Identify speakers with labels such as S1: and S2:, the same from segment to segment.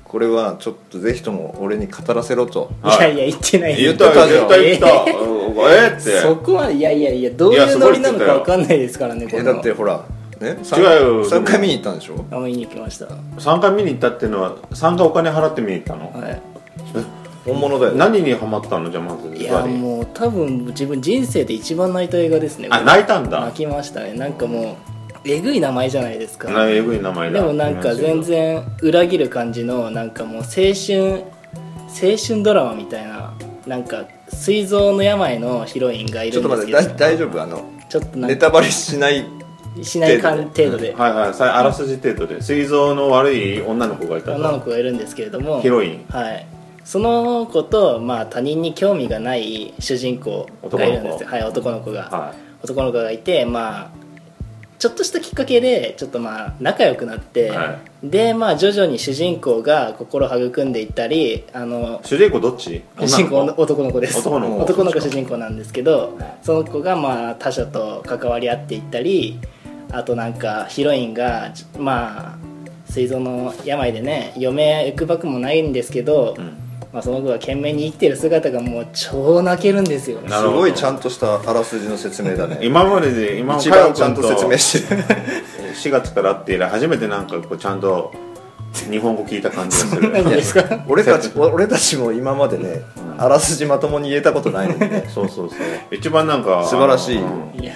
S1: これはちょっとぜひとも俺に語らせろと
S2: はい
S3: いやいや言ってない
S2: 言ったよ絶対言った
S3: え
S2: うんえっ
S3: ーそ
S2: て
S3: こはいやいやいやどう
S2: いや
S3: い
S2: す
S3: う
S2: ご
S3: ノ
S2: い
S3: リなのかわかんないですからねこ
S1: え
S3: の
S1: だってほらね三
S2: 違うよ
S1: 三回見に行ったんでしょ
S3: あ見に行きましたは
S2: 参加見に行ったっていうのは参加お金払って見に行ったの
S3: い
S1: 本物だよね
S2: 何にハマったのじゃあまず
S3: い
S2: ズ
S3: や
S2: バリ
S3: もう多分自分人生で一番泣いた映画ですね
S2: あ泣いたんだ
S3: 泣きましたねなんかもうえぐい名前じゃないですか
S2: なえぐい名前だ
S3: でもなんか全然裏切る感じのなんかもう青春青春ドラマみたいななんか膵臓の病のヒロインがい
S1: ちょ
S3: る
S1: っ
S3: ん
S1: と
S3: で
S1: 待
S3: す
S1: って
S3: けど
S1: だ大丈夫あの
S3: ちょっとな
S1: ネ
S3: んか
S1: タバレしない
S3: しないかん程度で
S2: はいはいさあらすじ程度で膵臓の悪い女の子がいた
S3: 女の子がいるんですけれども
S2: ヒロイン
S3: はいその子と、まあ、他人に興味がない主人公がいるんですよ
S2: 男の子
S3: はい男の子が、
S2: はい
S3: 男の子がいてまあちょっとしたきっかけでちょっとまあ仲良くなって、
S2: は
S3: でまあ徐々に主人公が心を育んでいったりあの
S2: 主人公どっち
S3: 主人公
S2: 女の
S3: の男の子です
S2: 男の子
S3: 主人公なんですけどその子がまあ他者と関わり合っていったりあとなんかヒロインがじまあ膵臓の病でね余命いくばくもないんですけど、
S2: うん
S3: まあ、その子が懸命に生きてる姿がもう超泣けるんですよ
S2: な
S1: す
S2: るほど
S1: ごいちゃんとしたあらすじの説明だね
S2: 今までで今
S1: 一番ちゃんと説明
S2: し
S1: してる
S2: 4月から会って以来初めてなんかこうちゃんと日本語聞いた感じがする
S3: 何ですか
S1: 俺たち俺たちも今までねあらすじまともに言えたことないのでね
S2: そうそうそう一番なんか
S1: 素晴らしい
S2: うん
S3: いや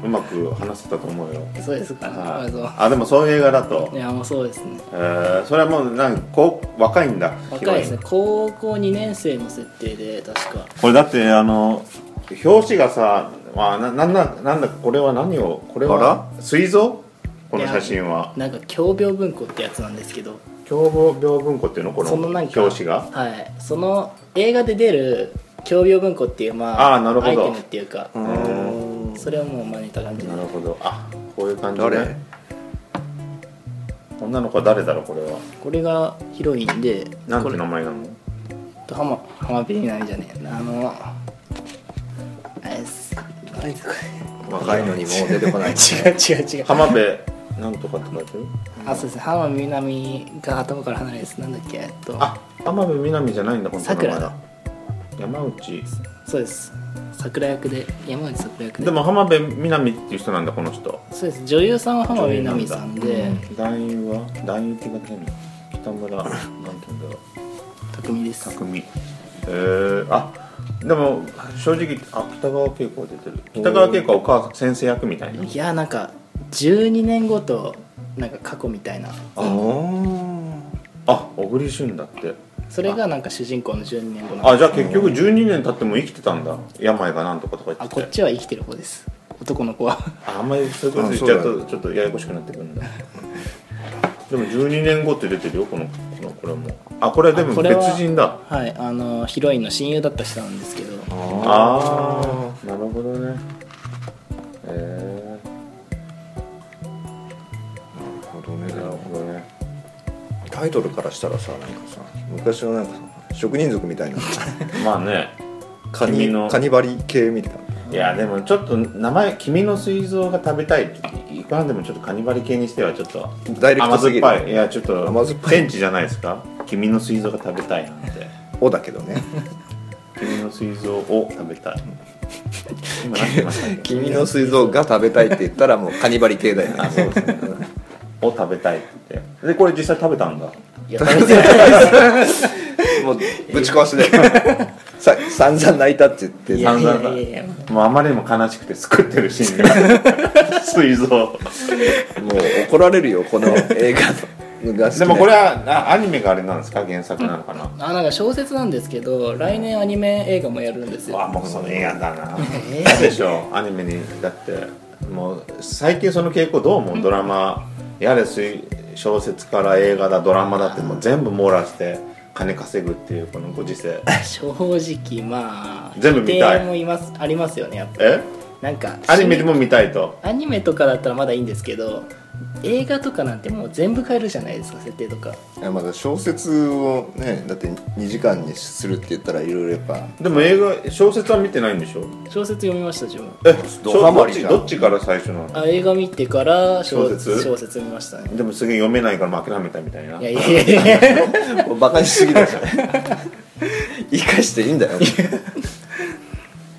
S2: うまく話せたと思うよ
S3: そうですか、
S2: は
S3: あそう
S2: いあでもそういう映画だと
S3: いやもうそうですね
S2: えーそれはもうなんかこう若いんだ
S3: 若いで
S2: ヒロイ
S3: すね
S2: ン
S3: 高校2年生の設定で確か
S2: これだってあの表紙がさまあななんだなんだこれは何をこれは膵臓この写真は
S3: なんか共病文庫ってやつなんですけど
S2: 凶暴病文庫っていうのこの
S3: そのなん
S2: 表
S3: か
S2: 紙が
S3: はいその映画で出る共病文庫っていうまあ
S2: あーなるほど
S3: アイテムっていうかそれをもう真似た感じで
S2: なるほどあこういう感じね
S1: 誰
S2: 女の子は誰だろうこれは
S3: これがヒロインで
S2: なん
S3: こ
S2: て
S3: れ
S2: 名前なの
S3: と浜浜辺にないじゃねえなあのあれですあれです
S1: 若いのにもう出てこ ない
S3: 違う違う違う
S2: 浜辺 なんとかって書いてる
S3: あそうですね浜辺美波が頭から離れですなんだっけえっと
S2: あ浜辺美波じゃないんだこの名前
S3: 桜だ
S2: 山内
S3: そうです桜役で山内桜役で
S2: でも浜辺美波っていう人なんだこの人
S3: そうです女優さんは浜辺美波さん
S2: 女優
S3: で
S2: なんだ団員は団員って言うの北村なんて言うんだろう
S3: 匠です
S2: 匠えー、あでも正直あ北川景子が出てる北川景子はお母さん先生役みたいない
S3: やなんか12年後となんか過去みたいな
S1: ああ
S2: あ小栗旬だって
S3: それがなんか主人公の12年後の
S2: あじゃあ結局12年経っても生きてたんだ病がなんとかとか言
S3: あ
S2: って
S3: こ
S2: て
S3: っちは生きてる方です男の子は
S2: ああんまりそういうこと言っ
S1: あ
S2: ちゃ
S1: そう
S2: う
S1: だ
S2: とちょっとややこしくなってくるんだでも12年後って出てるよこのこのこれもあこれでも
S3: あこれは
S2: 別人だ
S3: はいあのヒロインの親友だった人なんですけど
S2: ああなるほどねえ
S1: なるほど
S2: えなる
S1: ね
S2: ほどね
S1: タイトルからしたらさなんかさ昔のなんかさ職人族みたいな
S2: まあね
S1: カニ
S2: 君の
S1: カニバリ系みたいない
S2: やでもちょっと名前「君の膵臓が食べたい」いくらでもちょっとカニバリ系にしてはちょっと
S1: ダイレクト
S2: 甘
S1: す
S2: 酸
S1: ぎ
S2: っ
S1: る
S2: ぱいいやちょっと
S1: 甘酸っぱい
S2: センチじゃないですか君の膵臓が食べたいなんて
S1: 「お」だけどね
S2: 君の膵臓を食べたい 今何て言いましたっ
S1: 「
S2: け
S1: 君の膵臓が食べたい」って言ったらもうカニバリ系だよねそうですね
S2: を食べたいって言ってでこれ実際食べたんだ
S3: いや食べてない
S1: もうぶち壊しでさ散々泣いたって言って
S3: いや
S2: 散
S3: いや
S2: 々だ
S3: いやいや
S2: もうあまりにも悲しくて作ってるシーン が膵臓
S1: もう怒られるよこの映画のが好きな
S2: でもこれはあアニメがあれなんですか原作なのかな、
S3: あなんか小説なんですけど来年アニメ映画もやるんですよ
S2: あもうその嫌だな
S3: えー
S2: 嫌でしょアニメにだってもう最近その傾向どう思うドラマやれ水小説から映画だドラマだってもう全部網羅して金稼ぐっていうこのご時世
S3: 正直まあ
S2: 全部見たい
S3: 否定もいますありますよねやっぱ
S2: え
S3: なんか
S2: アニメでも見たいと
S3: アニメとかだったらまだいいんですけど映画とかなんてもう全部変えるじゃないですか設定とか
S1: いやまだ小説をねだって2時間にするって言ったらいろいろやっ ぱ
S2: でも映画小説は見てないんでしょ
S3: 小説読みました自分
S2: え
S1: ド
S2: ど
S1: ハマ
S2: どっ
S1: り
S2: ち
S1: じゃん
S2: どっちから最初なの
S3: あ映画見てから
S2: 小説
S3: 小説見ましたね
S2: でもすげえ読めないからもう諦めたみたいない
S3: やいやい やいや
S1: バカにしすぎだ よ言い返していいんだよ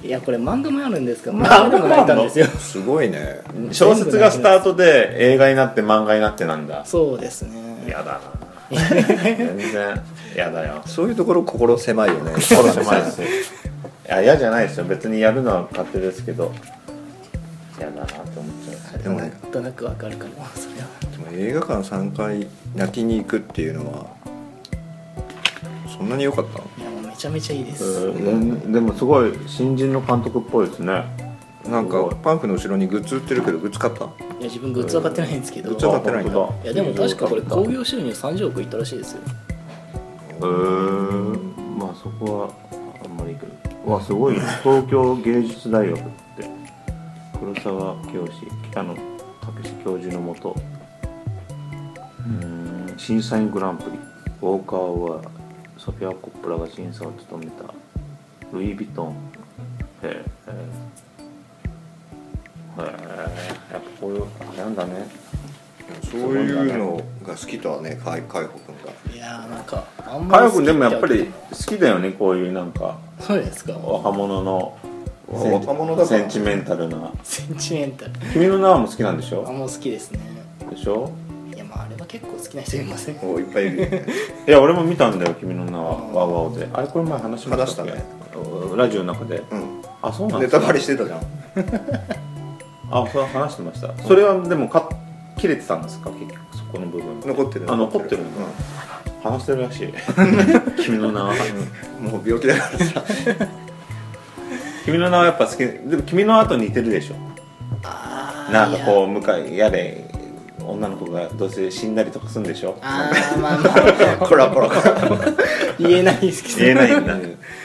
S3: いやこれ漫画もあるんですか
S2: 漫画
S3: 漫画で
S2: も
S3: も
S2: あん
S3: 泣
S2: の
S3: いたんですよ
S1: すごいね
S2: 小説がスタートで映画になって漫画になってなんだ
S3: そうですね
S2: やだな全然やだ よ
S1: そういうところ心狭いよね
S2: 心狭い ですよいや嫌じゃないですよ別にやるのは勝手ですけど嫌だなと思っちゃう
S1: でも
S3: なん
S1: ね
S3: となくわかるかもそれは
S1: でも映画館3回泣きに行くっていうのはそんなに良かった
S3: いやもうめちゃめちゃいいです、
S2: うんでもすごい新人の監督っぽいですね
S1: なん
S2: す
S1: か
S2: ごい
S1: パンフの後ろにグッズ売ってるけどグッズ買った
S3: いや自分グッズは買ってないんですけど、
S1: グッズは買ってないんだ
S2: 本当
S3: いやでも確かこれ興
S2: へ
S3: 行収入30億いったらしいですよ
S2: えまあそこはあんまりいいけどうわすごいね東京芸術大学って黒沢教師北野武史教授のもとうん審査員グランプリウォーカーはソフィア・コップラが審査を務めたルイ・ヴィトンへえへえやっぱこういうあれなんだね
S1: そういうのが好きとはね海海保君が
S3: いやーなんかあ
S2: 佳
S3: んま
S2: 代
S3: り好
S2: 君
S3: き
S2: でもやっぱ
S3: て
S2: り
S3: わ
S2: 好きだよねこういうなんか
S3: けそうですか
S2: 若者の
S1: わ若者だから
S2: センチメンタルな
S3: センチメンタル
S2: 君の名はも好きなんでし
S3: あ
S2: ょ
S3: もう好きですね
S2: でしょ
S3: いやまああれは結構好きな人いません
S1: おいっぱいいるよね
S2: いや俺も見たんだよ君の名はわわおであれこれ前話しました
S1: 話したね
S2: ラジオの中で
S1: うん
S2: あそうなん
S1: ネ
S2: です
S1: タ
S2: か
S1: バレしてたじゃん
S2: あそう話してましたそれはでもか切れてたんですか結局そこの部分
S1: 残ってる
S2: あ残ってるんだ話してるらしい 君の名は
S1: うんもう病気だからさ
S2: 君の名はやっぱ好きでも君の名はと似てるでしょ
S3: あー
S2: なんかこ
S3: いう
S2: 向かいやれ女の子がどうせ死んだりとかするんでしょ
S3: やあーまあまあ
S1: コラコラコラ
S3: 言えないですけど
S2: 言えないんだ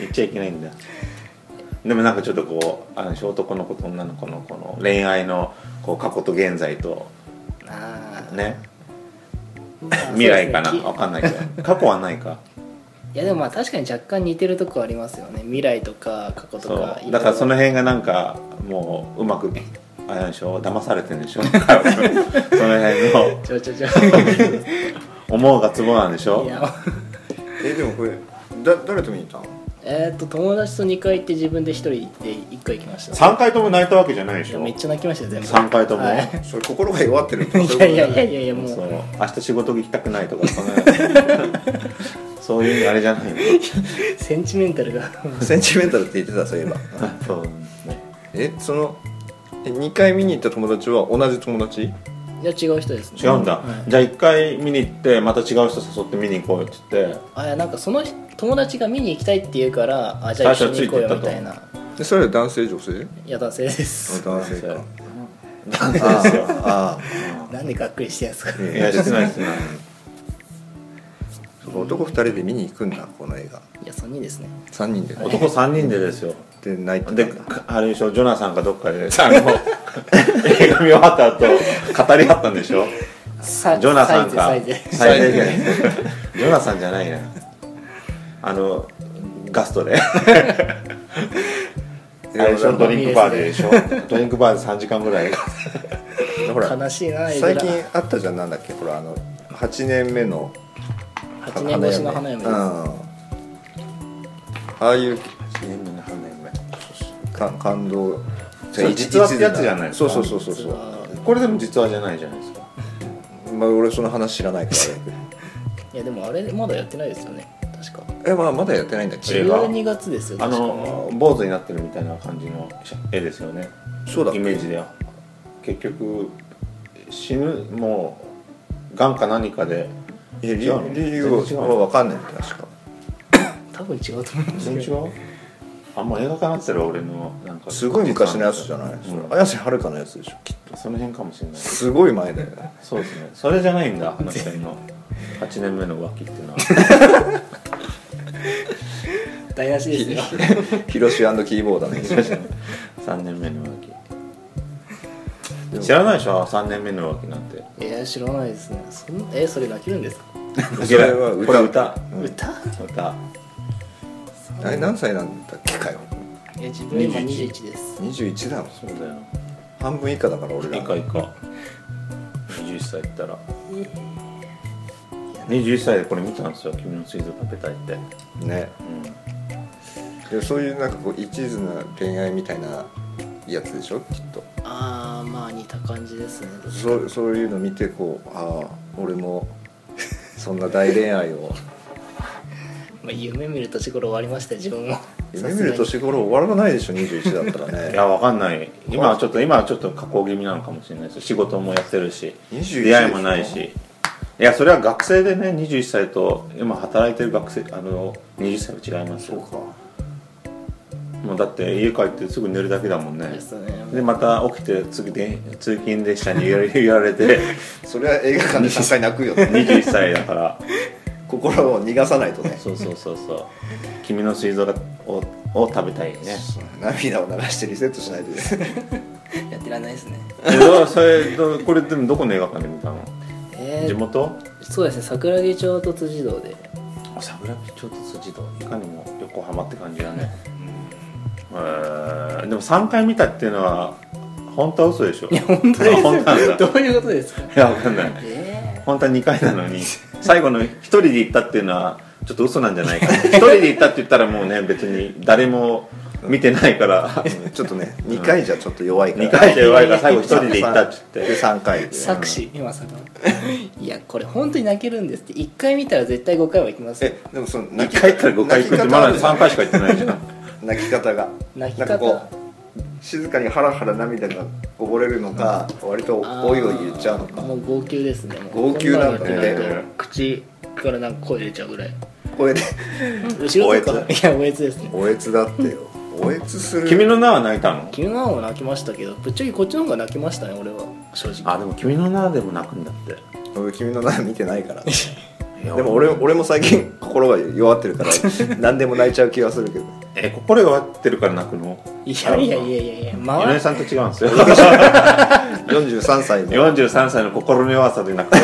S2: 言っちゃいけないんだでもなんかちょっとこうあの男の子と女の子のこの恋愛のこう過去と現在と
S3: あー
S2: ね
S3: まあそうですね
S2: 未来かな
S3: き
S2: わかんないけど 過去はないか
S3: いやでもまあ確かに若干似てるとこありますよね未来とか過去
S2: そ
S3: とか
S2: うだからその辺がなんかもううまくあれなんでしょ騙されてんでしょ その辺の
S3: ちょちょちょ
S2: 思うがツボなんでしょ
S3: いや
S1: えでもこれだ誰と見に行ったの
S3: えーっと友達と2回行って自分で1人行って1回行きました
S2: 3回とも泣いたわけじゃないで
S3: い
S2: し
S3: や
S2: ょ
S3: めっちゃ泣きましたよ全部
S2: 3回とも、
S3: はい
S1: それ心が弱ってるってこと
S3: いやいやいやいやいやも
S2: そう
S3: う
S2: 明日仕事行きたくないとかそ んなそういうあれじゃないの
S3: センチメンタルが
S1: センチメンタルって言ってたそういえば
S2: そうですね
S1: えそのえ2回見に行った友達は同じ友達
S3: いや違う人ですね
S2: 違うんだ、
S3: はい
S2: じゃあ一回見に行ってまた違う人誘って見に行こうよって言って
S3: あいやなんかその友達が見に行きたいって言うからあじゃあ一緒に行こうよ
S2: 最初はつい
S3: み
S2: て
S3: たい
S2: った
S3: ない
S1: でそれは男性女性
S3: や男性です
S1: 男性か
S2: 男性ですよ
S1: あ
S3: なんでがっくりしてんすか
S1: あ
S2: いやしてないしてない
S1: そう男2人で見に行くんだこの映画
S3: いや3人ですね
S1: 3人で
S2: 男3人でですよ
S1: って泣いてたん
S2: で
S1: だ
S2: あれでしょジョナサンかどっかでさあの映画見終わった後語り合ったんでしょ
S3: さ
S2: ジョナサンか
S3: サイズサイズ
S2: 最低限ジョナサンじゃないなあのガストであれでしょドリンクバーででしょドリンクバーで3時間ぐらい
S1: ほら
S3: 悲しいな絵
S1: 最
S3: 面
S1: 近あったじゃんなんだっけほらあの8年目の
S3: 8年越しの花
S1: うん
S3: 嫁です
S1: ああいうか感動
S2: それ実話ってやつじゃないです
S1: そう
S2: か
S1: そうそうそうそう
S2: これでも実話じゃないじゃないですか
S1: まあ、俺その話知らないから
S3: いやでもあれまだやってないですよね確か
S1: え、まあ、まだやってないんだっけ
S2: 映画
S3: 12月ですよ
S2: あ
S3: 確か
S2: の坊主になってるみたいな感じの絵ですよね
S1: そうだっ
S2: イ
S1: け
S2: メージでは結局死ぬもう癌か何かで
S1: いや理
S2: 違うの
S1: 理由は分かんないんだよ確か
S3: 多分違うと思います
S2: 全
S3: け
S2: 然違
S3: ど
S2: うあんま映画化なってたら俺のなんか
S1: すごい昔のやつじゃない、
S2: うん
S1: それ綾瀬はるかのやつでしょきっと
S2: その辺かもしれない
S1: すごい前 だよね
S2: そうですねそれじゃないんだ話し合いの8年目の浮気っていうのは
S3: 台無しですよ
S1: ヒロシキーボードね
S2: 3年目の浮気知らないでしょ3年目の浮気なんて
S3: いや知らないですねそんえそれ泣けるんですか
S1: それは
S2: これ
S1: 歌
S2: 歌
S3: 歌
S2: 歌
S1: あれ何歳なんだっけかよ
S3: え自分今
S2: 21
S3: 21です
S1: 21だもん
S2: そうだよ
S1: 半分以下だから俺ら
S2: いかいか21歳いったら21歳でこれ見たんですよ「君の水族食べたい」って、
S1: ねでそういうなんかこう一途な恋愛みたいなやつでしょきっと
S3: ああまあ似た感じですね
S1: そうそういうの見てこうああ俺 もそんな大恋愛を
S3: まあ、夢見る年頃終わりましたよ自分も
S1: 夢見る年頃終わらないでしょ21だったら
S2: うん、い
S1: ね
S2: やわかんない今はちょっと今はちょっと加工気味なのかもしれないです仕事もやってるし
S1: 21
S2: 出会いもないしいやそれは学生でね21歳と今働いてる学生あの20歳は違います
S1: そう
S2: よ
S1: か
S2: もうだって家帰ってすぐ寝るだけだもん
S3: で
S2: ね
S3: すね
S2: でまた起きて次で通勤電車に言われ言われて
S1: それは映画館で実際泣くよ ね
S2: 21歳だから
S1: 心を逃がさないとね
S2: そうそうそうそう君の水蔵をを食べたいね
S1: 涙を流してリセットしないで
S3: やってらんないですね
S2: えどうそれどうこれでもどこの映画館で見たの
S3: え
S2: 地
S3: ー、
S2: 元
S3: そうですね桜木町と辻堂で
S2: あ桜木町と辻堂いかにも横浜って感じだねえーでも3回見たっていうのは本当は嘘でしょいや本当は本当なんだ
S3: どういうこ とですか
S2: いやわかんない
S3: え
S2: 本当は2回な のに最後の1人で行ったっていうのはちょっと嘘なんじゃないかな1人で行ったって言ったらもうね別に誰も見てないから
S1: ちょっとね2回じゃちょっと弱いから
S2: 2回じゃ弱いから最後1人で行ったって言って
S1: で3回で
S3: ー、作詞今さいやこれ本当に泣けるんですって1回見たら絶対5回は行きますよ
S1: えでもその
S2: 2回行ったら5回行くってまだ3回しか行ってないじゃん
S1: 泣き方が
S3: 泣き
S1: な
S3: 方
S1: んかこう静かにハラハラ涙がこぼれるのか割とおいおい言っちゃうのか
S3: あーもう号泣ですね
S1: 号泣なんだね
S3: こなのやってないと口からなんか声出ちゃうぐらい
S1: これで
S3: 後ろとか
S1: お
S3: いやおえつですね
S1: おえつだってよおえつする
S2: 君の名は泣いたの
S3: 君の名も泣きましたけどぶっちゃけこっちの方が泣きましたね俺は正直
S2: あでも君の名でも泣くんだって
S1: 俺君の名見てないから
S2: いや
S1: でも俺俺も最近心が弱ってるから何でも泣いちゃう気がするけど
S2: え心弱ってるから泣くの
S3: いやいやいやいやいや
S2: 井
S3: 周
S2: 上
S3: り
S2: さんと違うん ですよ
S1: 43歳の
S2: 43歳の心の弱さで泣く の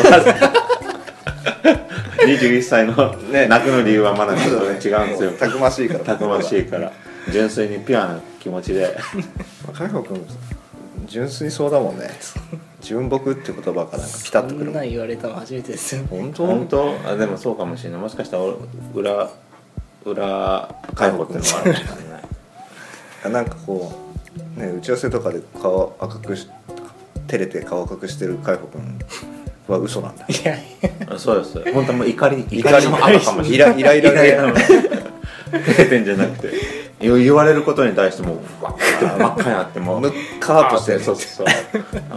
S2: 21歳の
S1: ね
S2: 泣くの理由はまだちょっとね違うんです よ
S1: たくましいから
S2: たくましいから純粋にピュアな気持ちで
S1: 海保君純粋そうだもんね純朴って言葉がなんかピタ
S3: そ
S1: ッとくる
S3: んなん言われたの初めてですよ
S1: 本当
S2: 本当あでもそうかもしれないもしかしたら裏裏解放っていうのもあるかもしれない
S1: なんかこう、ね、打ち合わせとかで顔赤くし照れて顔赤くしてる海保君は嘘なんだ
S3: いやいや
S2: あそうです本当はもう怒り
S1: 怒り
S2: の赤かもしれない
S1: イライライライラ
S2: イ照れてんじゃなくて言言われることに対してもうわっって真っ赤になってもう
S1: むっかーっとしてる
S2: そうそうそう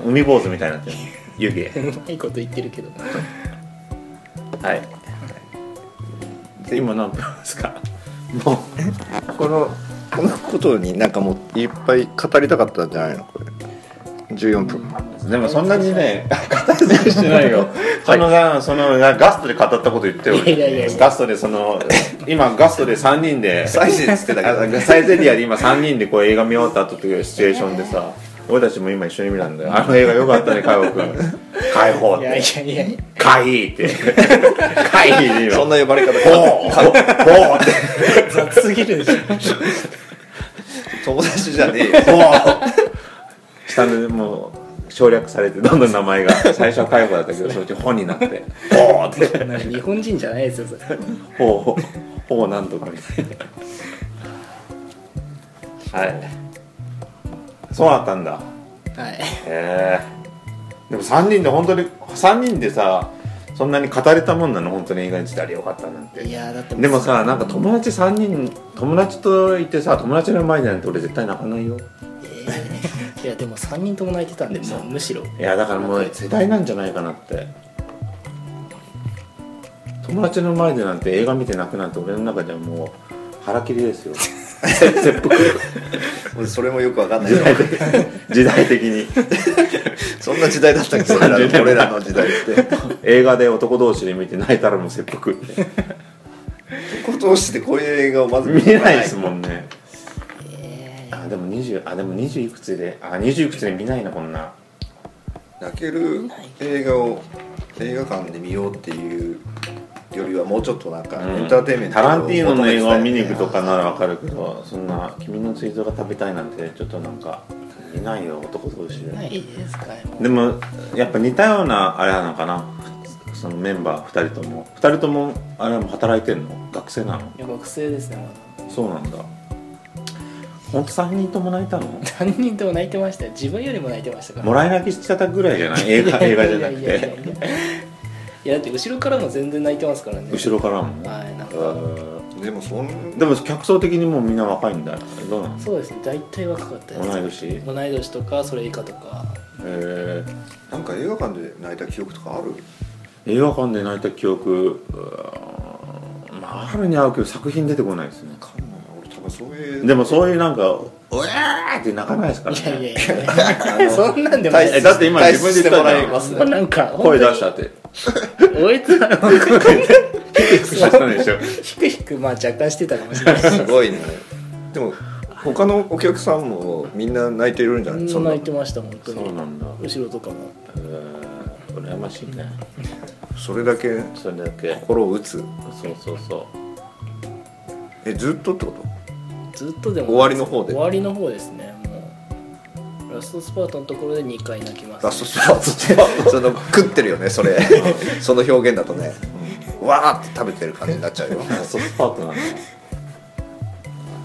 S2: 海坊主みたいになってる湯気
S3: うまいこと言ってる けど
S2: はい今何分ですかも
S1: このこのことになんかもういっぱい語りたかったんじゃないのこれ14分
S2: うですでもそんなにね語り尽くしてない よそのなそのなガストで語ったこと言ってよ
S3: いやいやいやいや
S2: ガストでその今ガストで3人で
S1: サイゼっつってたけど
S2: あサイゼリアで今3人でこう映画見終わった後というシチュエーションでさ俺たちも今一緒に見たんだよあの映画よかったね海保君解放っ
S3: いやい
S2: て
S3: やいやいや
S2: 海って海で今
S1: そんな呼ばれ方
S2: ほうほうほうって
S3: 雑すぎるでしょ
S1: 友達じゃねえよ
S2: 下でもう省略されてどんどん名前が最初は海保だったけどそのうち「ほ」になって「ほ」って
S3: 日本人じゃないですよそれ
S2: 「ほ」「ほ」なんとかみたいなはいそうだったんだ
S3: はい
S2: へえでも3人で本当に3人でさそんなに語れたもんなの本当に映画についてあれよかったなんて
S3: いやだって
S2: でもさなんか友達3人友達といてさ友達の前でなんて俺絶対泣かないよ
S3: えーいやでも3人とも泣いてたんでもうむしろ
S2: いやだからもう世代なんじゃないかなって友達の前でなんて映画見て泣くなんて俺の中ではもう腹切りですよ切腹
S1: 俺それもよくわかんない
S2: 時
S1: よ
S2: 代的時代的に
S1: そんな時代だったっけ俺ら の俺らの時代って
S2: 映画で男同士で見て泣いたらもう切腹って
S1: 男同士でこういう映画をまず
S2: 見えないです
S1: ん
S2: もんね
S3: え
S2: あでも20あでも20いくつであ20いくつで見ないなこんな
S1: 泣ける映画を映画館で見ようっていうよりはもうちょっとなんか
S2: うん
S1: エンターテインメント
S2: タ
S1: を
S2: ランティーノの映画を見に行く
S1: 求めて
S2: とかならわかるけどそんな「君の水臓が食べたい」なんてちょっとなんかいないよ男同士で
S3: ーないですかねも
S2: でもやっぱ似たようなあれなのかなそのメンバー2人とも2人ともあれも働いてんの学生なの
S3: ういや学生ですねまだ
S2: そうなんだ本当三3人とも泣いたの
S3: 3人とも泣いてましたよ自分よりも泣いてましたから
S2: もらい泣きしてたぐらいじゃない映画映画じゃなく
S3: いやいやい
S2: て
S3: やいやいやだって後ろからも全然泣いてますからね
S2: 後ろからもね
S3: はいなん
S2: え
S3: か
S2: ー
S1: でもそん
S2: でも客層的にもうみんな若いんだどうなの
S3: そうですね大体若かった
S2: 同い
S3: で
S2: 年
S3: す同い年とかそれ以下とか
S2: えー
S1: なんか映画館で泣いた記憶とかある
S2: 映画館で泣いた記憶うーんまああるに合うけど作品出てこないですね
S1: わかんない俺多分そういう
S2: でもそういうなんか「うえー!」って泣かないですから
S3: いやい
S2: ね
S3: やいやいやそんなんでもない
S2: えだって今
S1: 退出
S2: 自分で言った
S1: し
S2: じゃん
S1: てもらいます
S3: もうなんか
S2: 声出した って
S3: おいつらの
S2: したんでしょ
S3: ひくひくまあ若干してたかもしれない
S1: す ごいねでも他のお客さんもみんな泣いてるんじゃない
S3: そ
S1: そ
S3: ん
S1: ん
S3: な
S1: な
S3: 泣いてました本当
S2: そう
S3: に
S2: なんだ
S3: 後ろとかも
S2: えー羨ましいね
S1: それだけ
S2: それだけ
S1: 心を打つ
S2: そうそうそう
S1: えずっとってこと
S3: ずっとでも
S1: 終わりの方で
S3: 終わりの方ですねもうラストスパートのところで2回泣きます
S1: ラストスパート ってその食ってるよねそれその表現だとね、わーって食べてる感じになっちゃうよ
S2: ラストスパートなんだ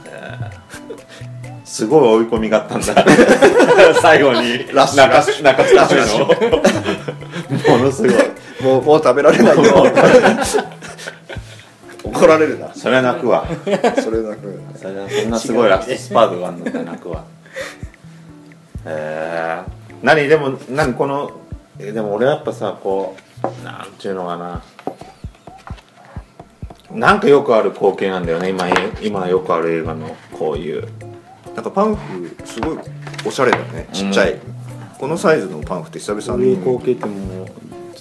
S2: えーすごい追い込みがあったんだ 最後に
S1: ラッシュ
S2: 泣かす泣かすための ものすごい
S1: もうもう食べられないよ怒られるな
S2: それは泣くわ
S1: それなく
S2: それはそんなすごいラストスパートがあるのか泣くわえー、何でも何このえでも俺はやっぱさこうなんちゅうのかななんかよくある光景なんだよね今え今よくある映画のこういう
S1: なんかパンフすごいおしゃれだねちっちゃい、このサイズのパンフって久
S2: そう
S1: 々
S2: い
S1: に
S2: う光景ってもう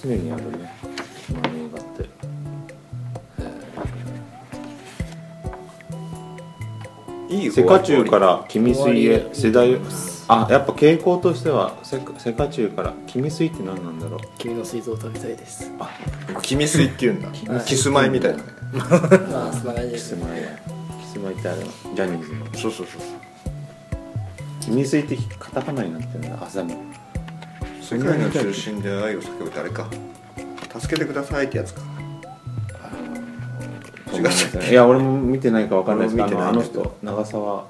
S2: 常にあるね今の映画って
S1: いい
S2: 世界中から君水
S3: 終わ
S2: へ
S3: り
S2: 世代をあやっぱ傾向としては世世界中から君水って何なんだろう
S3: 君の水臓を食べたいです
S1: 君水っていうんだキスマイみたいなね
S3: まあそんな感じで
S2: キス
S3: す
S2: マイキスマイってあれのジャニーズの
S1: そうそうそう
S2: 君水ってカタカナになってるんだあでも
S1: 世界の中心で愛を叫ぶ誰か助けてくださいってやつか違う
S2: いや俺も見てないかわかんないですけど
S1: 俺も
S2: あのあの
S1: 見てないんだけど
S2: 人長澤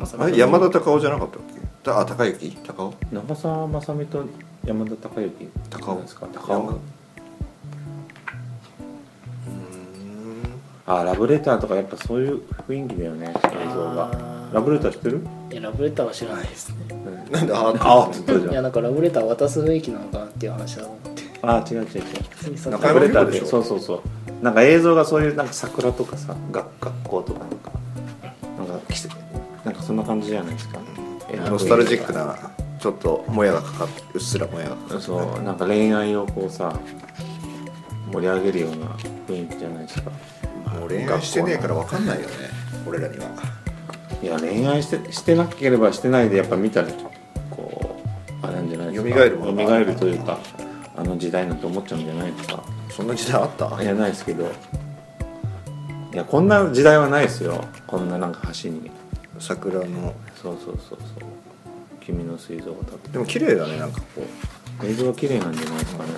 S3: まさ
S1: あれ山田隆夫じゃなかったっけたあ高之高尾
S2: 長澤まさみと山田孝之
S1: 高尾
S2: ですか高
S1: 山
S2: 尾
S1: 田うーん
S2: あラブレターとかやっぱそういう雰囲気だよね映像が
S3: あー
S2: ラブレター知ってる
S3: いやラブレターは知らないですね
S1: なんであ
S2: あーって言った
S3: い
S2: じ
S3: や
S2: ゃん
S3: なんかラブレター渡す雰囲気なのかなっていう話だと思って
S2: あー違う違う違う
S3: ついさっき
S1: 中
S2: ラ
S1: 山
S2: ブ
S1: 美
S2: レタ
S1: 穂
S2: ーっ
S1: でしてょ
S2: そうそうそうなんか映像がそういうなんか桜とかさ学学校とかなんかなんか季節なんかそんな感じじゃないですか、
S1: ノスタルジックなちょっともやがかかってうっすらもやがかかって
S2: そうなんか恋愛をこうさ盛り上げるような雰囲気じゃないですか
S1: もう恋愛してねえから分かんないよね俺らにはい
S2: や恋愛してしてなければしてないでやっぱ見たらこうあれなんじゃないですか
S1: 蘇るものが
S2: 蘇るというかあの時代なんて思っちゃうんじゃないですか
S1: そんな時代あった
S2: いやないですけどいやこんな時代はないですよこんななんか橋に
S1: 桜の
S2: そうそうそうそう君の水蔵が立って
S1: でも綺麗だねなんかこ
S2: 映像は綺麗なんじゃないですかね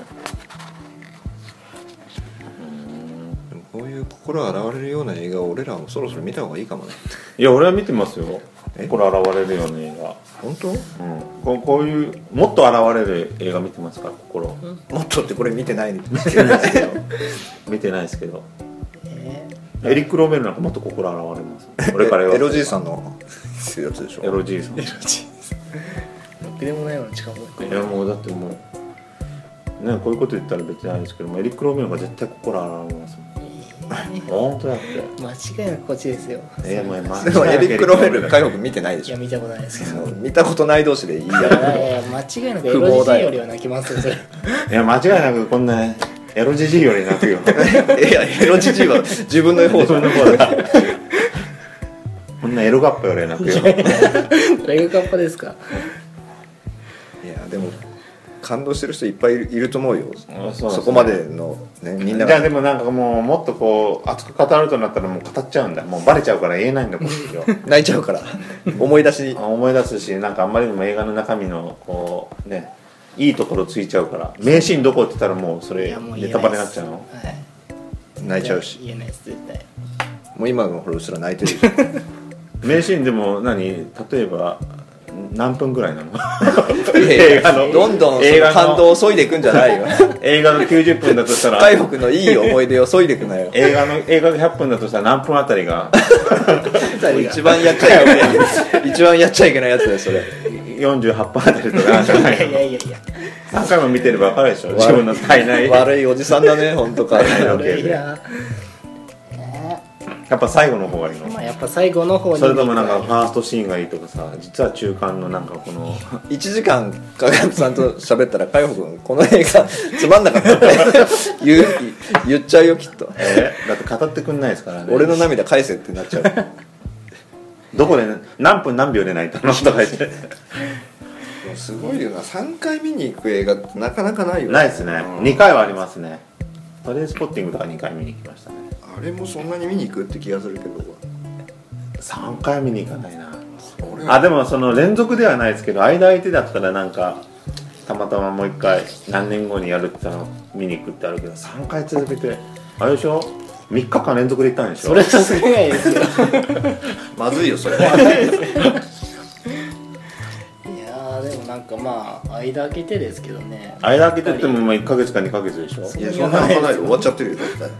S1: うでもこういう心現れるような映画を俺らもそろそろ見た方がいいかもね
S2: いや俺は見てますよ
S1: え
S2: これ現れるような映
S1: 本当
S2: 画、うん、こうこういうもっと現れる映画見てますから心
S1: もっとってこれ見てない
S2: 見てないですけど
S3: え
S2: エリック・ロメルなんかもっと心現れます 俺から言わ
S1: エ
S2: せて
S1: ロじいさんのやつでしょ
S2: エロじいさんい
S3: ーろくでもないもの近づ
S2: やもうだってもうねこういうこと言ったら別にあれですけどもエリック・ロメルが絶対心現れますもん本当だって
S3: 間違いなくこっちですよ
S2: えー、もうま
S1: でもエリック・ロメル海北見てないで
S3: い
S1: し
S3: や
S1: ょ
S3: 見たことないですけど
S1: そう見たことない同士でいいや
S3: いやいや間違いなくエロ自身よりは泣きますよそれ
S2: いや間違いなくこんなエロじじいより泣くよ
S1: いやエロじじいは自分の方
S2: そんなことだこんなエロガッパより泣くよ
S3: レグカッパですか
S1: いやでも感動してる人いっぱいいるいると思うよ
S2: あそうなんですね
S1: そこまでのねみんな
S2: じゃあ
S1: が
S2: でもなんかもうもっとこう熱く語るとなったらもう語っちゃうんだもうバレちゃうから言えないんだこの時は
S1: 泣いちゃう から思い出しに
S2: あ思い出すしなんかあんまりにも映画の中身のこうねいいところついちゃうから名シーンどこって言ったらもうそ
S3: い
S2: れ
S3: やもう
S2: ネ
S3: 言え
S2: タ
S3: な
S2: バレ
S3: い
S2: に
S3: で
S2: なっち
S3: す
S2: ゃうの
S3: はい
S1: 泣いちゃうし
S3: 言えないです絶 対
S1: もう今のほらうっすら泣いてるじゃん
S2: 名シーンでも何例えば何分ぐらいなの映
S1: 映
S2: 画
S1: 画
S2: の
S1: のどんどんそ
S2: 映
S1: の
S2: 画の
S1: 感動を削いでいくんじゃないよ
S2: 映画の90分だとしたら
S1: 海北のいい思い出を削いでいくなよ
S2: 映画の映画が100分だとしたら何分あたりが
S1: 一番やっちゃいけない一番やっちゃいけないやつだよそれ
S2: 48分あたりとかなんじゃ
S3: い
S2: な
S3: や
S2: い
S3: い
S2: の
S3: やいやいや
S2: 3回も見てれば分かるでしょ自分の体内や
S1: 悪いおじさんだね本当か
S2: は
S3: こ
S2: い
S3: れいやね
S2: っぱ最後の方がいいの
S3: まあやっぱ最後の方に
S2: それともなんかファーストシーンがいいとかさ実は中間のなんかこの
S1: 1時間加賀さんと喋ったら海保君この映画つまんなかったって言う言っちゃうよきっと
S2: えだって語ってくんないですからね
S1: 俺の涙返せってなっちゃう
S2: どこで何分何秒で泣いたのとか言って
S1: すごいよな3回見に行く映画ってなかなかないよ
S2: ないですね2回はありますねトレインスポッティングとか2回見に行きましたね
S1: あれもそんなに見に行くって気がするけど
S2: 3回見に行かないな
S1: 俺
S2: あでもその連続ではないですけど間空いてだったらなんかたまたまもう一回何年後にやるってのを見に行くってあるけど3回続けてあれでしょ3日間連続で行ったんでしょ
S3: それはさすがにないですよい
S1: まずいよそれ
S3: やーでもなんかまあ間空けてですけどね
S2: 間空けてってもまあ1ヶ月か2ヶ月でしょ
S1: いやそんなことないよ終わっちゃってるよ絶対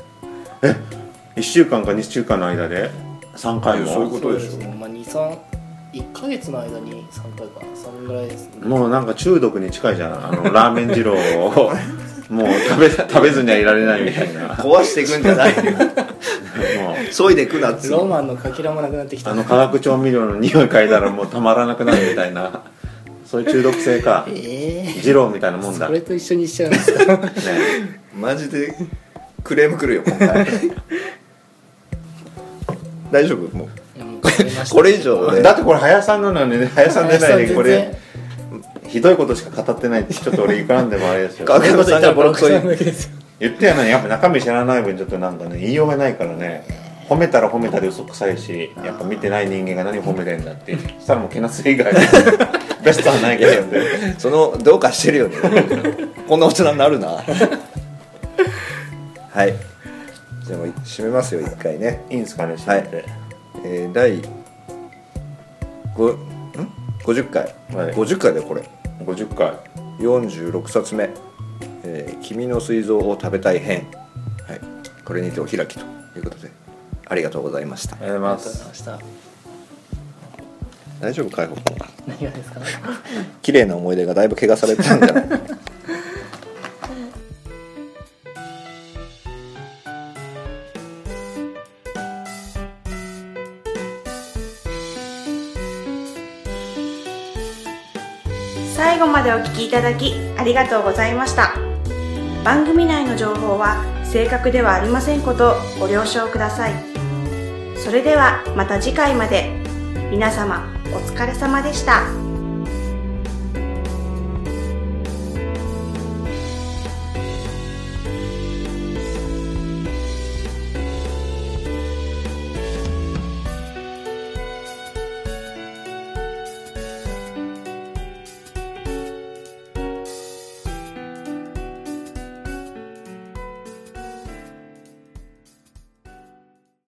S2: 1週間か2週間の間で3回
S1: いやそうい
S2: も
S1: うことでしょ
S3: そうすねまあ231ヶ月の間に3回かそんぐらいですね
S2: もうなんか中毒に近いじゃんあのラーメン二 郎をもう食べ食べずにはいられないみたいなも
S1: 壊していくんじゃないよ
S2: う
S1: 削いでいくなっつう
S3: ロマンのかけらもなくなってきた
S2: あの化学調味料の匂い嗅いだらもうたまらなくなるみたいなそういう中毒性か
S3: ええ
S2: 二郎みたいなもんだ
S3: それ
S2: ね
S3: と一緒にしちゃうんです か
S1: マジでクレームくるよ今回大丈夫もう
S3: いやもう帰りました
S1: これ以上俺
S2: だってこれ林さんなの にね林さんでないでこれ
S3: 林
S2: ひどいことしか語ってないってちょっと俺いかんでもあれ ですよ
S1: か
S3: さん全然そういうこと言ったらボロクソ になるわけですよ
S2: 言ってやないやっぱ中身知らない分ちょっとなんかね言いようがないからね褒めたら褒めたで嘘くさいしやっぱ見てない人間が何褒めてんだってそしたらもうけなす以外 ベストはない けどね
S1: そのどうかしてるよねこんな大人になる なはいじゃあもう締めますよ一回ね、
S2: いいんすかね
S1: はい
S2: 締めて、
S1: えー、第5ん50回、
S2: はい
S1: 50回だよこれ
S2: 50回
S1: 46冊目「えー君の膵臓を食べたい編」はい、これにてお開きということでありがとうございました
S2: ありがとうござい
S3: あり
S2: ま
S3: がとうござい
S2: す
S3: ました
S1: 大丈夫かいほっこ
S3: 何がですか
S1: 綺麗な思い出がだいぶ怪我されたんじゃない
S4: 「最後までお聞きいただきありがとうございました番組内の情報は正確ではありませんことをご了承くださいそれではまた次回まで皆様お疲れ様でした。